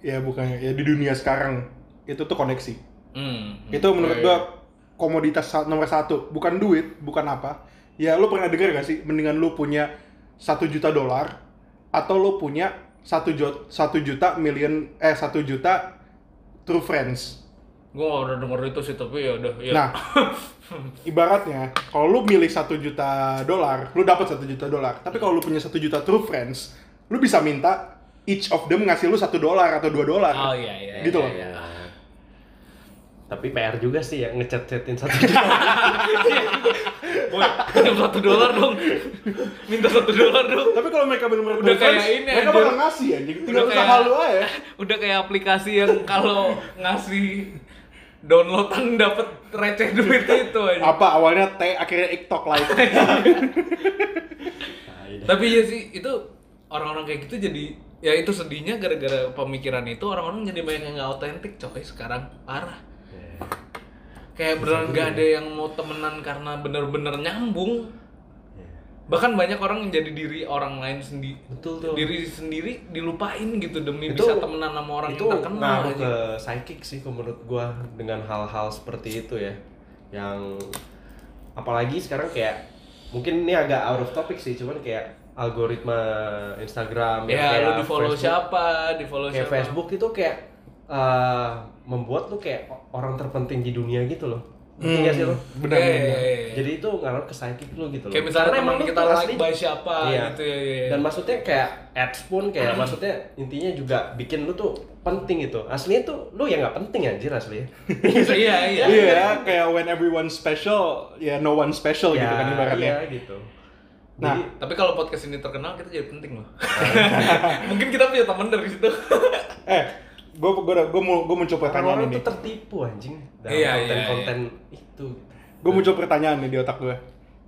ya bukannya ya di dunia sekarang itu tuh koneksi. hmm. Itu menurut gua komoditas sa- nomor satu, bukan duit, bukan apa. Ya lu pernah dengar gak sih, mendingan lu punya satu juta dolar atau lu punya satu juta satu juta million eh satu juta true friends. gue gak pernah denger itu sih tapi ya udah ya Nah, ibaratnya kalau lu milih satu juta dolar, lu dapat satu juta dolar. Tapi kalau lu punya satu juta true friends, lu bisa minta each of them ngasih lu satu dolar atau dua dolar. oh iya iya gitu iya, loh. iya. Tapi PR juga sih ya ngechat-chatin satu juta. boy minta satu dolar dong minta satu dolar dong Tapi kalau mereka benar-benar Udah true friends, kayak ini, mereka anjir. bakal ngasih anjing. Tinggal Udah usaha kayak- lu aja. udah kayak aplikasi yang kalau ngasih downloadan dapat receh duit itu aja. apa awalnya T akhirnya iktok live Tapi ya sih itu orang-orang kayak gitu jadi ya itu sedihnya gara-gara pemikiran itu orang-orang jadi banyak yang nggak otentik coy sekarang parah. Kayak beneran nggak ada yang mau temenan karena bener-bener nyambung. Bahkan banyak orang yang jadi diri orang lain sendiri. Betul tuh. Diri sendiri dilupain gitu demi Itu- bisa temenan sama orang itu nah, yang terkenal. ngaruh aja. ke psychic sih kalau menurut gua dengan hal-hal seperti itu ya yang apalagi sekarang kayak mungkin ini agak out of topic sih cuman kayak algoritma Instagram yang Ya, kayak lu di follow Facebook- siapa, di follow kayak siapa. Facebook itu kayak eh, membuat lu kayak o- orang terpenting di dunia gitu loh Hmm. Ngerti nggak sih lo? benar Iya, benar. iya, iya, iya. Jadi itu ngaruh ke psychic lu gitu loh. Kayak misalnya Karena teman emang lu kita tuh like asli- by siapa Iya. gitu ya, ya, ya. Dan maksudnya kayak ads pun kayak maksudnya intinya juga bikin lu tuh penting itu. Aslinya tuh lu ya nggak penting anjir aslinya. iya, iya. iya kayak when everyone special ya no one special gitu kan ibaratnya Iya gitu. Nah. Jadi, Tapi kalau podcast ini terkenal kita jadi penting loh. Mungkin kita punya teman dari situ. eh gue gue gue mau gue muncul pertanyaan ini orang-orang tuh tertipu anjing dalam Iya, iya, konten-konten itu. Gitu. gue muncul pertanyaan nih di otak gue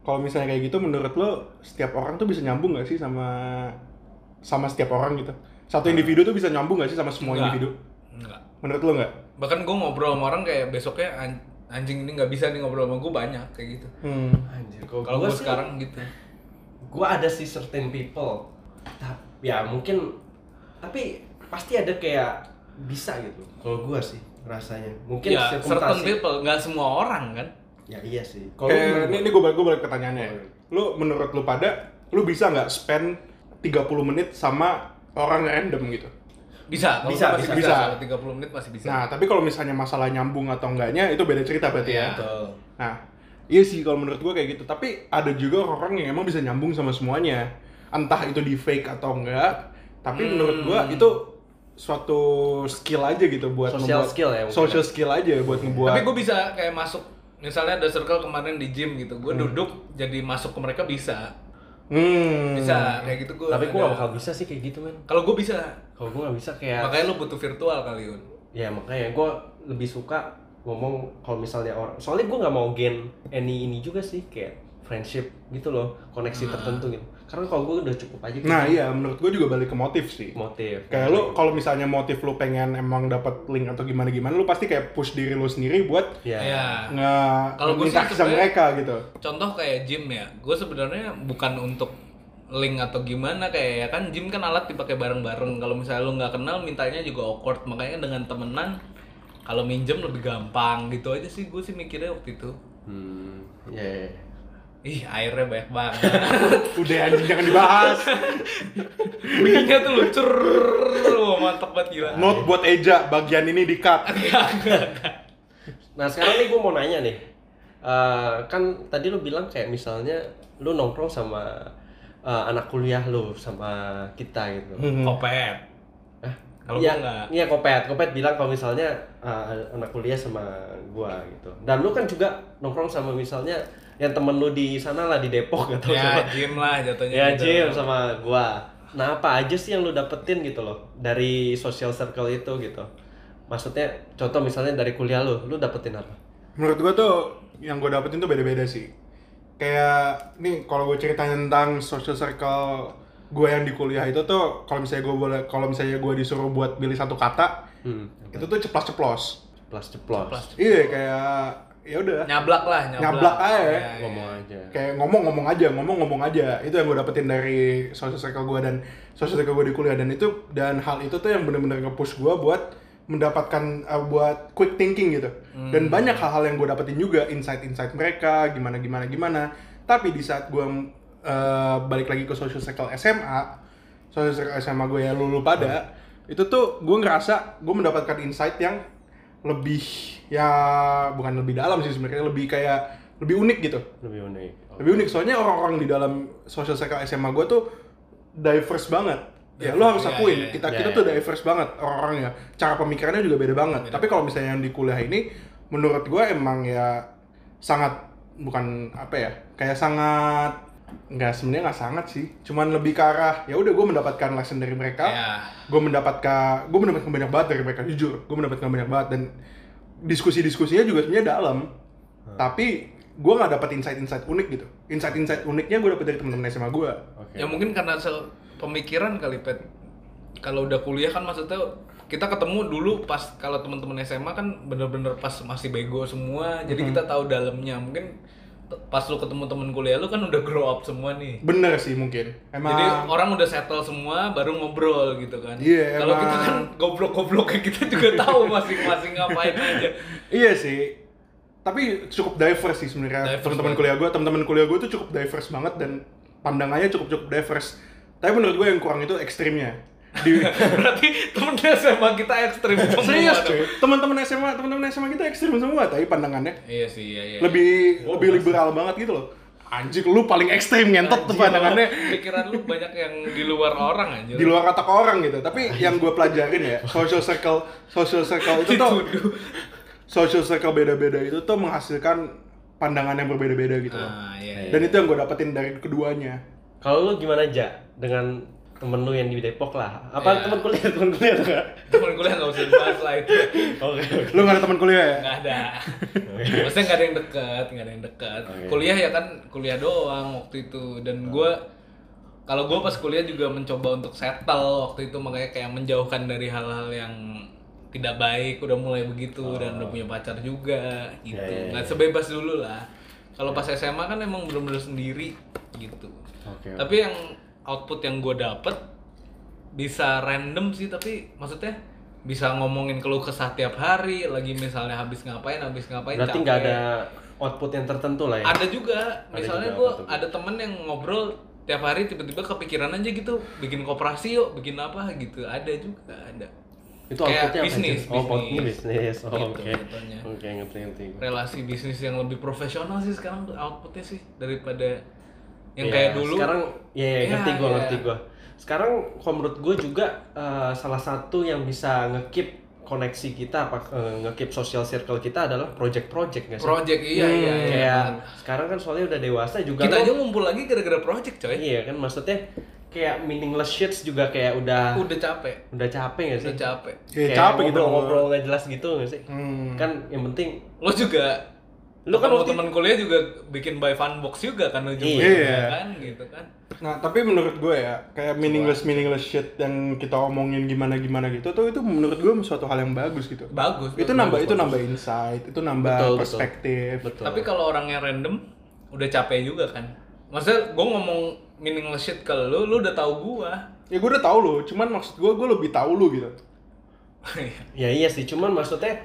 kalau misalnya kayak gitu menurut lo setiap orang tuh bisa nyambung gak sih sama sama setiap orang gitu satu individu tuh bisa nyambung gak sih sama semua Nggak. individu Enggak. menurut lo nggak Bahkan gue ngobrol sama orang kayak besoknya an- anjing ini nggak bisa nih ngobrol sama gue banyak kayak gitu Hmm. Anjir, kalau gue sekarang gitu gue ada sih certain people tapi ya mungkin tapi pasti ada kayak bisa gitu kalau gue sih rasanya mungkin ya certain sirkumstansi- people nggak semua orang kan ya iya sih kalau Kayak, ini, ini gue balik, gue balik ke pertanyaannya ya. Boleh. Lu menurut lu pada, lu bisa nggak spend 30 menit sama orang random gitu? bisa kalau Bisa, gua masih bisa. bisa. 30 menit masih bisa Nah, tapi kalau misalnya masalah nyambung atau enggaknya itu beda cerita berarti ya. betul Nah, iya sih kalau menurut gue kayak gitu. Tapi ada juga orang yang emang bisa nyambung sama semuanya. Entah itu di fake atau enggak. Tapi Hmm. menurut gue itu suatu skill aja gitu buat Social membuat- skill ya mungkin. Social skill aja buat ngebuat. tapi gue bisa kayak masuk misalnya ada circle kemarin di gym gitu gue duduk jadi masuk ke mereka bisa Hmm. bisa kayak gitu gue tapi gue gak bakal bisa sih kayak gitu men kalau gue bisa kalau gue gak bisa kayak makanya lu butuh virtual kali Yun ya makanya gue lebih suka ngomong kalau misalnya orang soalnya gue nggak mau gen any ini juga sih kayak friendship gitu loh koneksi tertentu gitu karena kalau gue udah cukup aja gitu. Nah, iya menurut gue juga balik ke motif sih. motif Kayak lu kalau misalnya motif lu pengen emang dapat link atau gimana gimana lu pasti kayak push diri lu sendiri buat ya, ya nge Kalau gua sih interaksi sama sebenarnya- mereka gitu. contoh kayak gym ya gue sebenarnya bukan untuk link atau gimana kayak ya kan gym kan alat dipakai bareng-bareng kalau misalnya lu nggak kenal mintanya juga awkward makanya dengan temenan kalau minjem lebih gampang gitu aja sih gue sih mikirnya waktu itu Hmm, ya, ya, ya. ih airnya banyak banget Udah anjing jangan dibahas. bikinnya tuh lucur mantap banget gila Note buat Eja bagian ini di cut. Nah sekarang nih gue mau nanya nih, Eh, kan tadi lu bilang kayak misalnya lu nongkrong sama eh, anak kuliah lu sama kita gitu. Hmm. kopet Hah? Kalau Iya, gua nggak. Iya kopet, kopet bilang kalau misalnya ah, anak kuliah sama gua gitu. Dan lu kan juga nongkrong sama misalnya yang temen lu di sana lah di Depok gitu ya gym lah jatuhnya Ya gitu. Jim sama gua. Nah apa aja sih yang lu dapetin gitu loh dari social circle itu gitu? Maksudnya contoh misalnya dari kuliah lu, lu dapetin apa? Menurut gua tuh yang gua dapetin tuh beda-beda sih. Kayak nih kalau gue ceritain tentang social circle gua yang di kuliah itu tuh kalau misalnya gua boleh kalau misalnya gua disuruh buat pilih satu kata Hmm, itu tuh ceplos-ceplos. plus ceplos. Plus, Iya kayak ya udah nyablak lah nyablak, Nyablak aja ya. Ya, ya. ngomong aja. kayak ngomong-ngomong aja, ngomong-ngomong aja. Itu yang gue dapetin dari social circle gue dan social circle gue di kuliah dan itu dan hal itu tuh yang bener-bener nge-push gue buat mendapatkan eh, buat quick thinking gitu. Dan banyak hal-hal yang gue dapetin juga insight-insight mereka, gimana gimana gimana. Tapi di saat gue balik lagi ke social circle SMA, social circle SMA gue ya lulu pada itu tuh gue ngerasa gue mendapatkan insight yang lebih ya bukan lebih dalam sih sebenarnya lebih kayak lebih unik gitu Lebih unik. Oh. lebih unik soalnya orang-orang di dalam social circle SMA gue tuh diverse banget ya lo harus Iya, akuin iya, iya. kita Iya, kita iya. tuh diverse banget orang-orangnya cara pemikirannya juga beda banget tapi kalau misalnya yang di kuliah ini menurut gue emang ya sangat bukan apa ya kayak sangat nggak sebenarnya nggak sangat sih cuman lebih ke arah ya udah gue mendapatkan lesson dari mereka Ya. gue mendapatkan gue mendapatkan banyak banget dari mereka jujur gue mendapatkan banyak banget dan diskusi-diskusinya juga sebenarnya dalam tapi gue nggak dapat insight-insight unik gitu insight-insight uniknya gue dapat dari teman-teman SMA gue Oke. Ya mungkin karena sel pemikiran kali Pet. Kalau udah kuliah kan maksudnya kita ketemu dulu pas kalau teman-teman SMA kan bener-bener pas masih bego semua. Jadi Hmm. kita tahu dalamnya. Mungkin t- pas lu ketemu temen kuliah lu kan udah grow up semua nih. bener sih mungkin emang Jadi orang udah settle semua baru ngobrol gitu kan. Iya, Kalau emang. kita kan goblok-gobloknya kita juga tahu masing-masing ngapain aja. iya sih tapi cukup diverse sih sebenarnya Diverse teman-teman banget. kuliah gue teman-teman kuliah gue tuh cukup diverse banget dan pandangannya cukup cukup diverse tapi menurut gue yang kurang itu ekstrimnya di Berarti temen SMA kita ekstrim semua. serius dong. cuy teman-teman SMA teman-teman SMA kita ekstrim semua tapi pandangannya Iya sih, iya iya. lebih lebih liberal banget gitu loh. Anjing lu paling ekstrim ngentot tuh Anjing, pandangannya pikiran lu banyak yang di luar orang anjir. di luar kata orang gitu. Tapi yang gue pelajarin ya social circle social circle itu tuh Dituduh. social circle beda-beda itu tuh menghasilkan pandangan yang berbeda-beda gitu loh. Ah, iya. Dan itu yang gue dapetin dari keduanya. Kalau lu gimana aja dengan temen lu yang di Depok lah? Apa Ya. temen kuliah temen kuliah tuh nggak? Temen kuliah nggak usah dibahas lah itu. Oke. Lu gak ada teman kuliah ya? Nggak ada. Maksudnya nggak ada yang dekat, nggak ada yang dekat. Oke. Kuliah ya kan kuliah doang waktu itu. Dan gue kalau gue pas kuliah juga mencoba untuk settle waktu itu makanya kayak menjauhkan dari hal-hal yang tidak baik udah mulai begitu dan udah punya pacar juga gitu Ya, ya, nggak sebebas dulu lah kalau pas SMA kan emang bener-bener sendiri gitu Oke. tapi yang output yang gue dapet bisa random sih tapi maksudnya bisa ngomongin keluh kesah tiap hari lagi misalnya habis ngapain habis ngapain Berarti capek. nggak ada output yang tertentu lah ya. ada juga misalnya juga, gue apa tuh? ada temen yang ngobrol tiap hari tiba-tiba kepikiran aja gitu bikin koperasi yuk bikin apa gitu ada juga ada Itu kayak outputnya apa sih? bisnis, Oh, outputnya bisnis. bisnis. Oh, Gitu, Oke. contohnya. Oke, ngerti ngerti. relasi bisnis yang lebih profesional sih sekarang tuh outputnya sih daripada yang Ya, kayak dulu Sekarang ya, ya, Ya, ngerti gua, ya. ngerti gua. Sekarang kalau menurut gua juga eh, salah satu yang bisa ngekip koneksi kita apa eh, ngekip social circle kita adalah project-project nggak sih? Hmm, project iya iya, iya. Kayak sekarang kan soalnya udah dewasa juga kita lo- aja ngumpul lagi gara-gara project coy Iya kan maksudnya kayak meaningless shits juga kayak udah udah capek udah capek nggak sih? udah capek Ya, Kayak capek gitu ngobrol-ngobrol nggak jelas gitu nggak sih? Hmm. Kan yang penting lo juga Lo lo kan kan waktu- teman kuliah juga bikin by fun box juga kan ujungnya Iya. kan gitu kan Nah, tapi menurut gue ya, kayak meaningless meaningless shit yang kita omongin gimana gimana gitu tuh itu menurut gue suatu hal yang bagus gitu. bagus itu nambah itu nambah insight, itu nambah Betul, betul. perspektif. betul. Tapi kalau orangnya random, udah capek juga kan. Maksudnya gue ngomong meaningless shit ke lu, lu udah tahu gua. Ya gue udah tahu lo, cuman maksud gue gue lebih tahu lo gitu. Ya iya sih, cuman maksudnya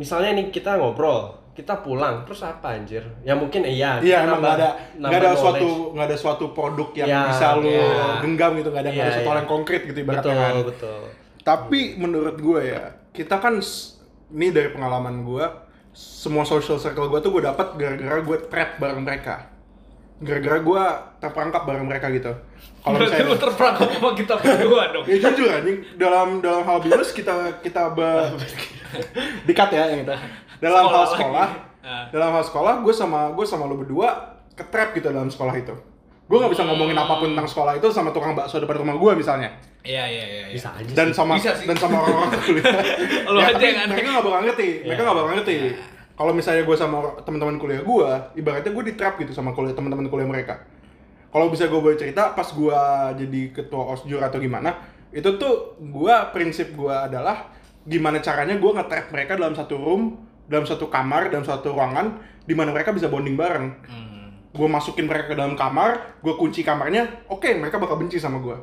misalnya nih kita ngobrol, kita pulang, terus apa anjir? Ya mungkin iya. kita Iya, emang nambah- nggak ada nambah nggak ada knowledge. suatu nggak ada suatu produk yang Iya, bisa lo iya. genggam gitu, nggak ada nggak ada Iya, suatu iya. hal yang konkret gitu ibaratnya Betul, kan. betul. Tapi menurut gue ya, kita kan s- ini dari pengalaman gue, semua social circle gue tuh gue dapat gara-gara gue trap bareng mereka. Gara-gara gue terperangkap bareng mereka gitu. Kalau Berarti lu misalnya terperangkap sama kita berdua dong. Ya jujur anjing, dalam dalam hal bisnis kita kita ber dikat ya yang itu. Dalam Sekolah hal lagi. sekolah, Ah. dalam hal sekolah gue sama gue sama lu berdua ketrap gitu dalam sekolah itu. Gue nggak bisa Hmm. ngomongin apapun tentang sekolah itu sama tukang bakso depan rumah gue misalnya Iya, iya, iya. iya. Bisa aja. dan sama Bisa sih. dan sama orang-orang kuliah. Ya, Lu aja tapi yang aneh. Ya. Mereka nggak bakal ngerti. Mereka nggak bakal ngerti. Kalau misalnya gue sama or- teman-teman kuliah gue, ibaratnya gue di-trap gitu sama kuliah teman-teman kuliah mereka. Kalau bisa gue boleh cerita, pas gue jadi ketua osjur atau gimana, itu tuh gue prinsip gue adalah gimana caranya gue nge-trap mereka dalam satu room, dalam satu kamar, dalam satu ruangan, di mana mereka bisa bonding bareng Hmm. gue masukin mereka ke dalam kamar, gue kunci kamarnya, oke mereka bakal benci sama gue.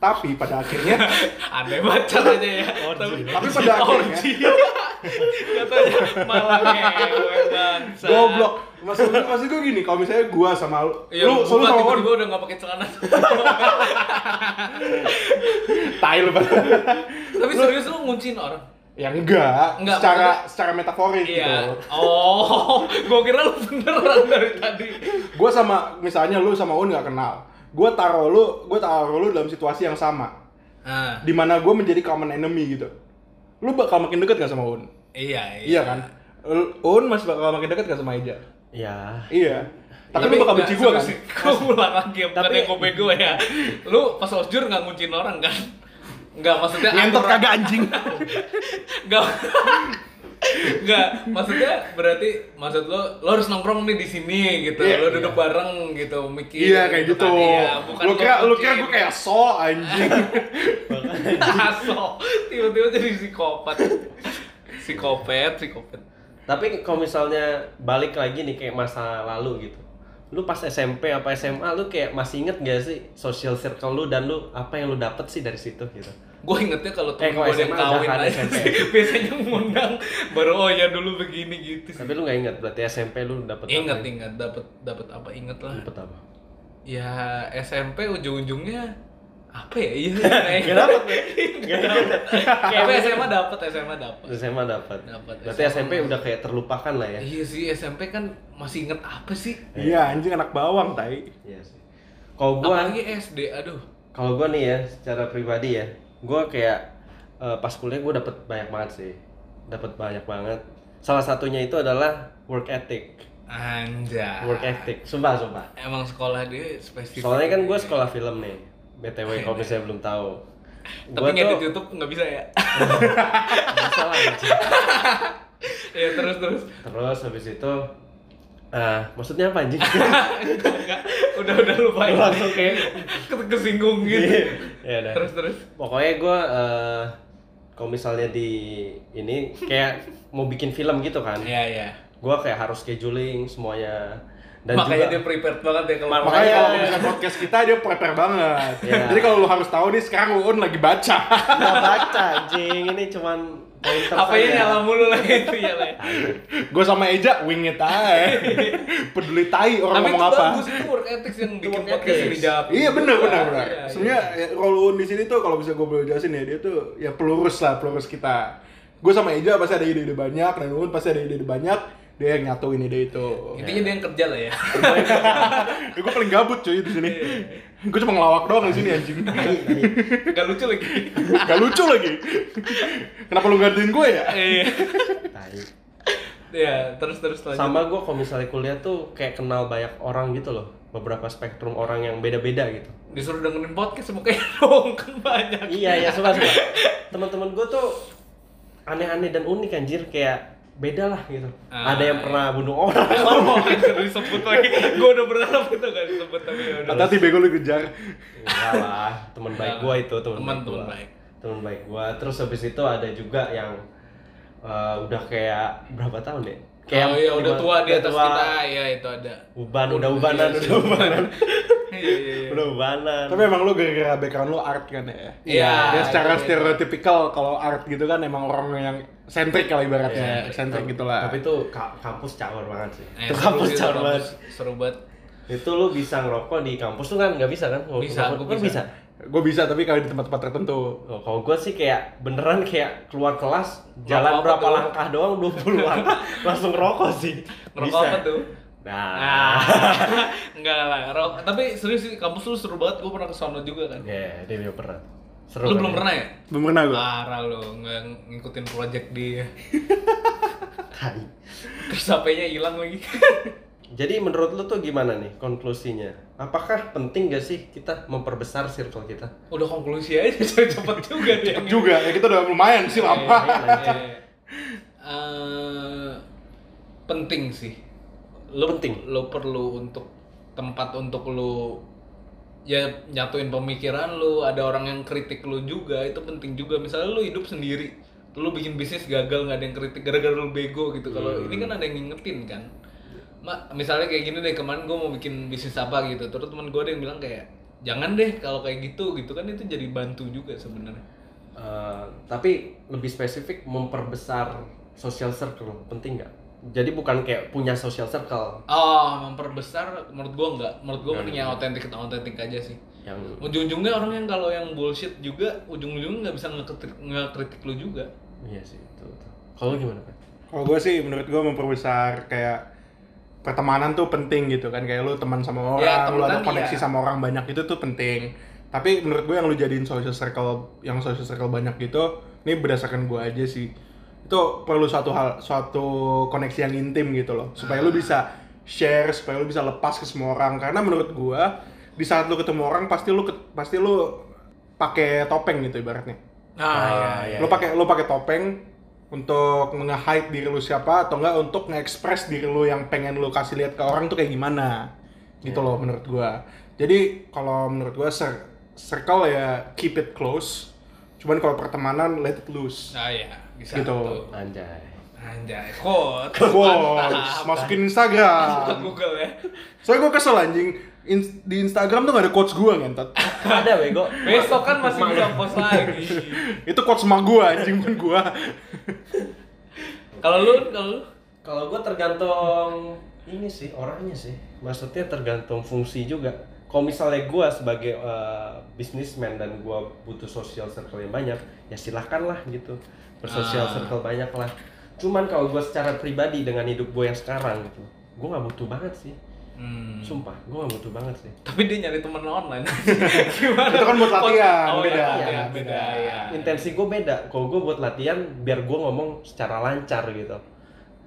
Tapi pada akhirnya, Aneh banget caranya ya. Tapi, Tapi pada akhirnya- orgy. Katanya malah ngewe bangsa. goblok. Maksud, maksud gue gini, kalau misalnya gue sama lu, Iya, lu lu selalu sama tiba-tiba gue, udah gak pakai celana. tai lu Bang. Tapi serius lu ngunciin orang? ya enggak, Enggak, secara maksudnya- secara metaforis Iya. gitu. Oh, gua kira lu beneran dari tadi. Gue sama, misalnya lu sama Un gak kenal. Gue taruh lu, gue taruh lu dalam situasi yang sama. Ah, Dimana gue menjadi common enemy gitu. Lu bakal makin deket gak sama Un? iya, Iya kan? Lu- Un masih bakal makin deket gak sama Eja? Ya. Iya. Tapi lu bakal benci gue kan? Gue ulang lagi, bukan Tapi- yang gue bego ya. Lu pas osjur nggak ngunciin orang kan? Nggak maksudnya Ngentot aturan- kagak anjing. Nggak. Nggak, maksudnya berarti maksud lu lu harus nongkrong nih di sini gitu. Iya, lu duduk bareng gitu, mikir. Iya kayak gitu. kan. Iya, bukan lu kira lu kira ngunciin. gue kayak so anjing. Aso. tiba-tiba jadi psikopat. Psikopet, psikopet. Tapi kalau misalnya balik lagi nih kayak masa lalu gitu. Lu pas SMP apa SMA lu kayak masih inget gak sih social circle lu dan lu apa yang lu dapet sih dari situ gitu? Gue ingetnya kalau Eh, temen kalau gue ada yang SMA udah kawin ada aja SMP. sih. Biasanya ngundang baru oh ya dulu begini gitu sih. Tapi lu nggak inget berarti SMP lu dapet apa? Ingat ingat dapat dapat apa ingat lah. Dapet apa? Ya SMP ujung-ujungnya apa ya? Iya. Enggak dapet, ya? Enggak dapat. Tapi SMA dapat, SMA dapat. SMA dapat. Dapet. Berarti SMP udah kayak terlupakan lah ya. Iya sih SMP kan masih inget apa sih? Iya anjing anak bawang tai. Iya sih. Kalau gua Apalagi SD, aduh. kalau gue nih ya secara pribadi ya gue kayak eh, pas kuliah gue dapet banyak banget sih dapet banyak banget salah satunya itu adalah work ethic Anjay. work ethic sumpah sumpah Emang sekolah dia spesifik. soalnya kan gue sekolah film nih btw kalau misalnya belum tahu Tapi Gua ngedit YouTube nggak bisa ya. bisa lah, anjing. ya terus terus. terus habis itu eh, maksudnya apa anjing Enggak, enggak. udah udah lupain. langsung kayak Iya. Ke- kesinggung gitu. ya udah terus terus. pokoknya gue kalau misalnya di ini kayak mau bikin film gitu kan Iya, iya. gua kayak harus scheduling semuanya dan juga Makanya dia prepared banget ya kalau Makanya kalau misalnya podcast kita dia prepare banget. Iya. Jadi kalau lu harus tahu nih sekarang Uun lagi baca. nggak baca anjing ini cuman pointer apa ini saja. nyala mulu lah itu ya lah. Gue sama Eja wing it aja. Peduli tai orang Tapi itu ngomong apa. bagus itu work ethics yang bikin Work podcast ethics. ini jawab. Iya benar benar benar. Iya, iya. Sebenarnya ya, kalau Uun di sini tuh kalau bisa gue boleh jelasin ya dia tuh ya pelurus lah pelurus kita. Gue sama Eja pasti ada ide-ide banyak dan Uun pasti ada ide-ide banyak. Dia yang nyatuin ide itu. Intinya dia yang kerja lah ya. ya, gue paling gabut cuy di sini. gue cuma ngelawak doang di sini anjing. Gak lucu lagi. Gak lucu lagi. Kenapa lu gantiin gue ya? Iya. Tai. Iya, terus terus lanjut. sama gua kalau misalnya kuliah tuh kayak kenal banyak orang gitu loh beberapa spektrum orang yang beda-beda gitu Disuruh dengerin podcast mukanya dong kan banyak. iya iya suka suka teman-teman gue tuh aneh-aneh dan unik anjir kayak beda lah gitu Ah, ada yang pernah bunuh orang Oh, kan disebut lagi. Gue udah berharap itu gak disebut tapi ya udah. Hati-hati bego lu kejar. enggak lah teman baik gue itu teman Teman, gua. teman baik. teman baik gue terus habis itu ada juga yang eh, udah kayak berapa tahun ya kayak oh iya udah lima- tua di udah atas tua, kita, iya itu ada. uban udah ubanan Iya, udah ubanan Iya iya iya. udah ubanan Tapi emang lu gara-gara background lu art kan ya? Iya, Ya secara iya, iya. stereotipikal kalau art gitu kan emang orang yang sentrik kalau ibaratnya. sentrik gitu lah. tapi tuh ka- kampus cawar banget sih Eh, itu seru kampus sih, cawar seru- banget Seru banget. itu lu bisa ngerokok di kampus tuh kan nggak bisa kan Ngerokok- Bisa, ngerokok- gua lu bisa. Gue bisa tapi kalau di tempat-tempat tertentu. Oh, kalau gue sih kayak beneran kayak keluar kelas jalan Ngerokok apa berapa tuh? langkah doang 20 langkah langsung ngerokok sih Ngerokok apa tuh? nah Ah, enggak lah. Ro- Tapi serius sih kampus lu seru banget. Gue pernah ke sono juga kan. ya dia belum pernah seru Lu kan belum ya? pernah ya? Belum pernah gue. Parah lo, nggak ngikutin project dia. Tai. Terus HP-nya hilang lagi. jadi menurut lu tuh gimana nih konklusinya apakah penting gak sih kita memperbesar circle kita Udah konklusi aja cepet juga dia. Iya, Cepet juga, ya kita udah lumayan sih lama. Eh, penting sih. Lo Penting. Lo perlu untuk tempat untuk lo ya nyatuin pemikiran lo. Ada orang yang kritik lo juga. Itu penting juga. Misalnya lo hidup sendiri, lo bikin bisnis gagal nggak ada yang kritik gara-gara lo bego gitu. Kalau ini kan ada yang ngingetin kan. Ma, misalnya kayak gini deh kemarin gue mau bikin bisnis apa gitu. Terus teman gue ada yang bilang kayak jangan deh kalau kayak gitu gitu kan itu jadi bantu juga sebenarnya. Eh, tapi lebih spesifik memperbesar social circle penting nggak jadi bukan kayak punya social circle Oh, memperbesar menurut gua enggak. Menurut gua mending yang otentik otentik aja sih. yang Ujung-ujungnya orang yang kalau yang bullshit juga ujung-ujungnya nggak bisa ngekritik, ngekritik lu juga. iya sih itu, itu. kalau lu gimana kan Kalau gue sih menurut gue memperbesar kayak pertemanan tuh penting gitu kan kayak lu teman sama orang, Ya, lu ada temenan, koneksi iya. sama orang banyak itu tuh penting. Tapi menurut gue yang lu jadiin social circle yang social circle banyak gitu, ini berdasarkan gue aja sih. Itu perlu suatu hal suatu koneksi yang intim gitu loh. Supaya Ah. lu bisa share, supaya lu bisa lepas ke semua orang karena menurut gue di saat lu ketemu orang pasti lu ket- pasti lu pakai topeng gitu ibaratnya Nah, ya, lo pakai lo pakai topeng untuk nge-hide diri lu siapa atau enggak untuk nge-express diri lu yang pengen lu kasih lihat ke orang tuh kayak gimana gitu Ya. loh menurut gua jadi kalau menurut gua cir- circle ya keep it close cuman kalau pertemanan let it loose Nah, ya, bisa Gitu. tuh. anjay Anjay, quotes. wow Mantap. masukin Buka Instagram Google ya. soalnya gua kesel anjing In- di Instagram tuh gak ada quotes gua ngentot ada bego Besok kan masih bisa post lagi. itu quotes emak gua anjing bukan gua Kalau lu, kalau lu kalau gue tergantung ini sih orangnya sih maksudnya tergantung fungsi juga kalau misalnya gue sebagai eh, businessman dan gue butuh social circle yang banyak ya silahkan lah gitu bersosial Ah. circle banyak lah cuman kalau gue secara pribadi dengan hidup gue yang sekarang gitu gue nggak butuh banget sih Hmm. sumpah gue nggak butuh banget sih Tapi dia nyari temen online. Gimana? Itu kan buat latihan, Oh, iya, beda. latihan, beda. ya. intensi gue beda kalau gue buat latihan biar gue ngomong secara lancar gitu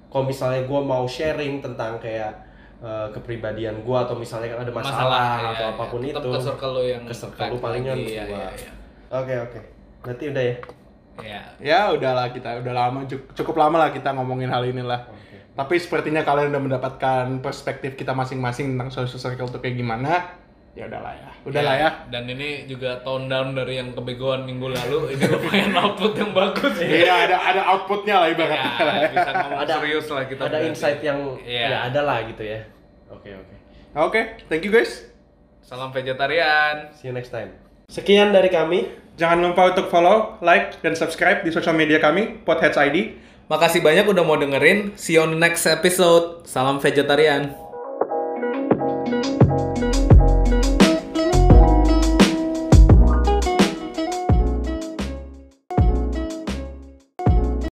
kalau misalnya gue mau sharing tentang kayak eh, kepribadian gue atau misalnya kan ada masalah, iya, atau iya. apapun Tetep itu ke circle lu yang ke circle baik lu palingan lagi, iya, gua. iya, iya. oke oke berarti udah ya Iya. ya udahlah kita udah lama cuk- cukup lama lah kita ngomongin hal ini lah tapi sepertinya kalian udah mendapatkan perspektif kita masing-masing tentang social circle itu kayak gimana ya udahlah ya udahlah ya Iya. Dan ini juga tone down dari yang kebegoan minggu lalu. Ini lumayan output yang bagus. Iya ada ada outputnya lah Ya, ibaratnya lah ya. bisa ngomong Ada- serius lah kita. ada berarti. insight yang Iya. ya ada lah gitu ya oke oke Oke, thank you guys. Salam vegetarian. see you next time sekian dari kami Jangan lupa untuk follow, like, dan subscribe di sosial media kami, Potheads ID. Makasih banyak udah mau dengerin. See you on the next episode. Salam vegetarian.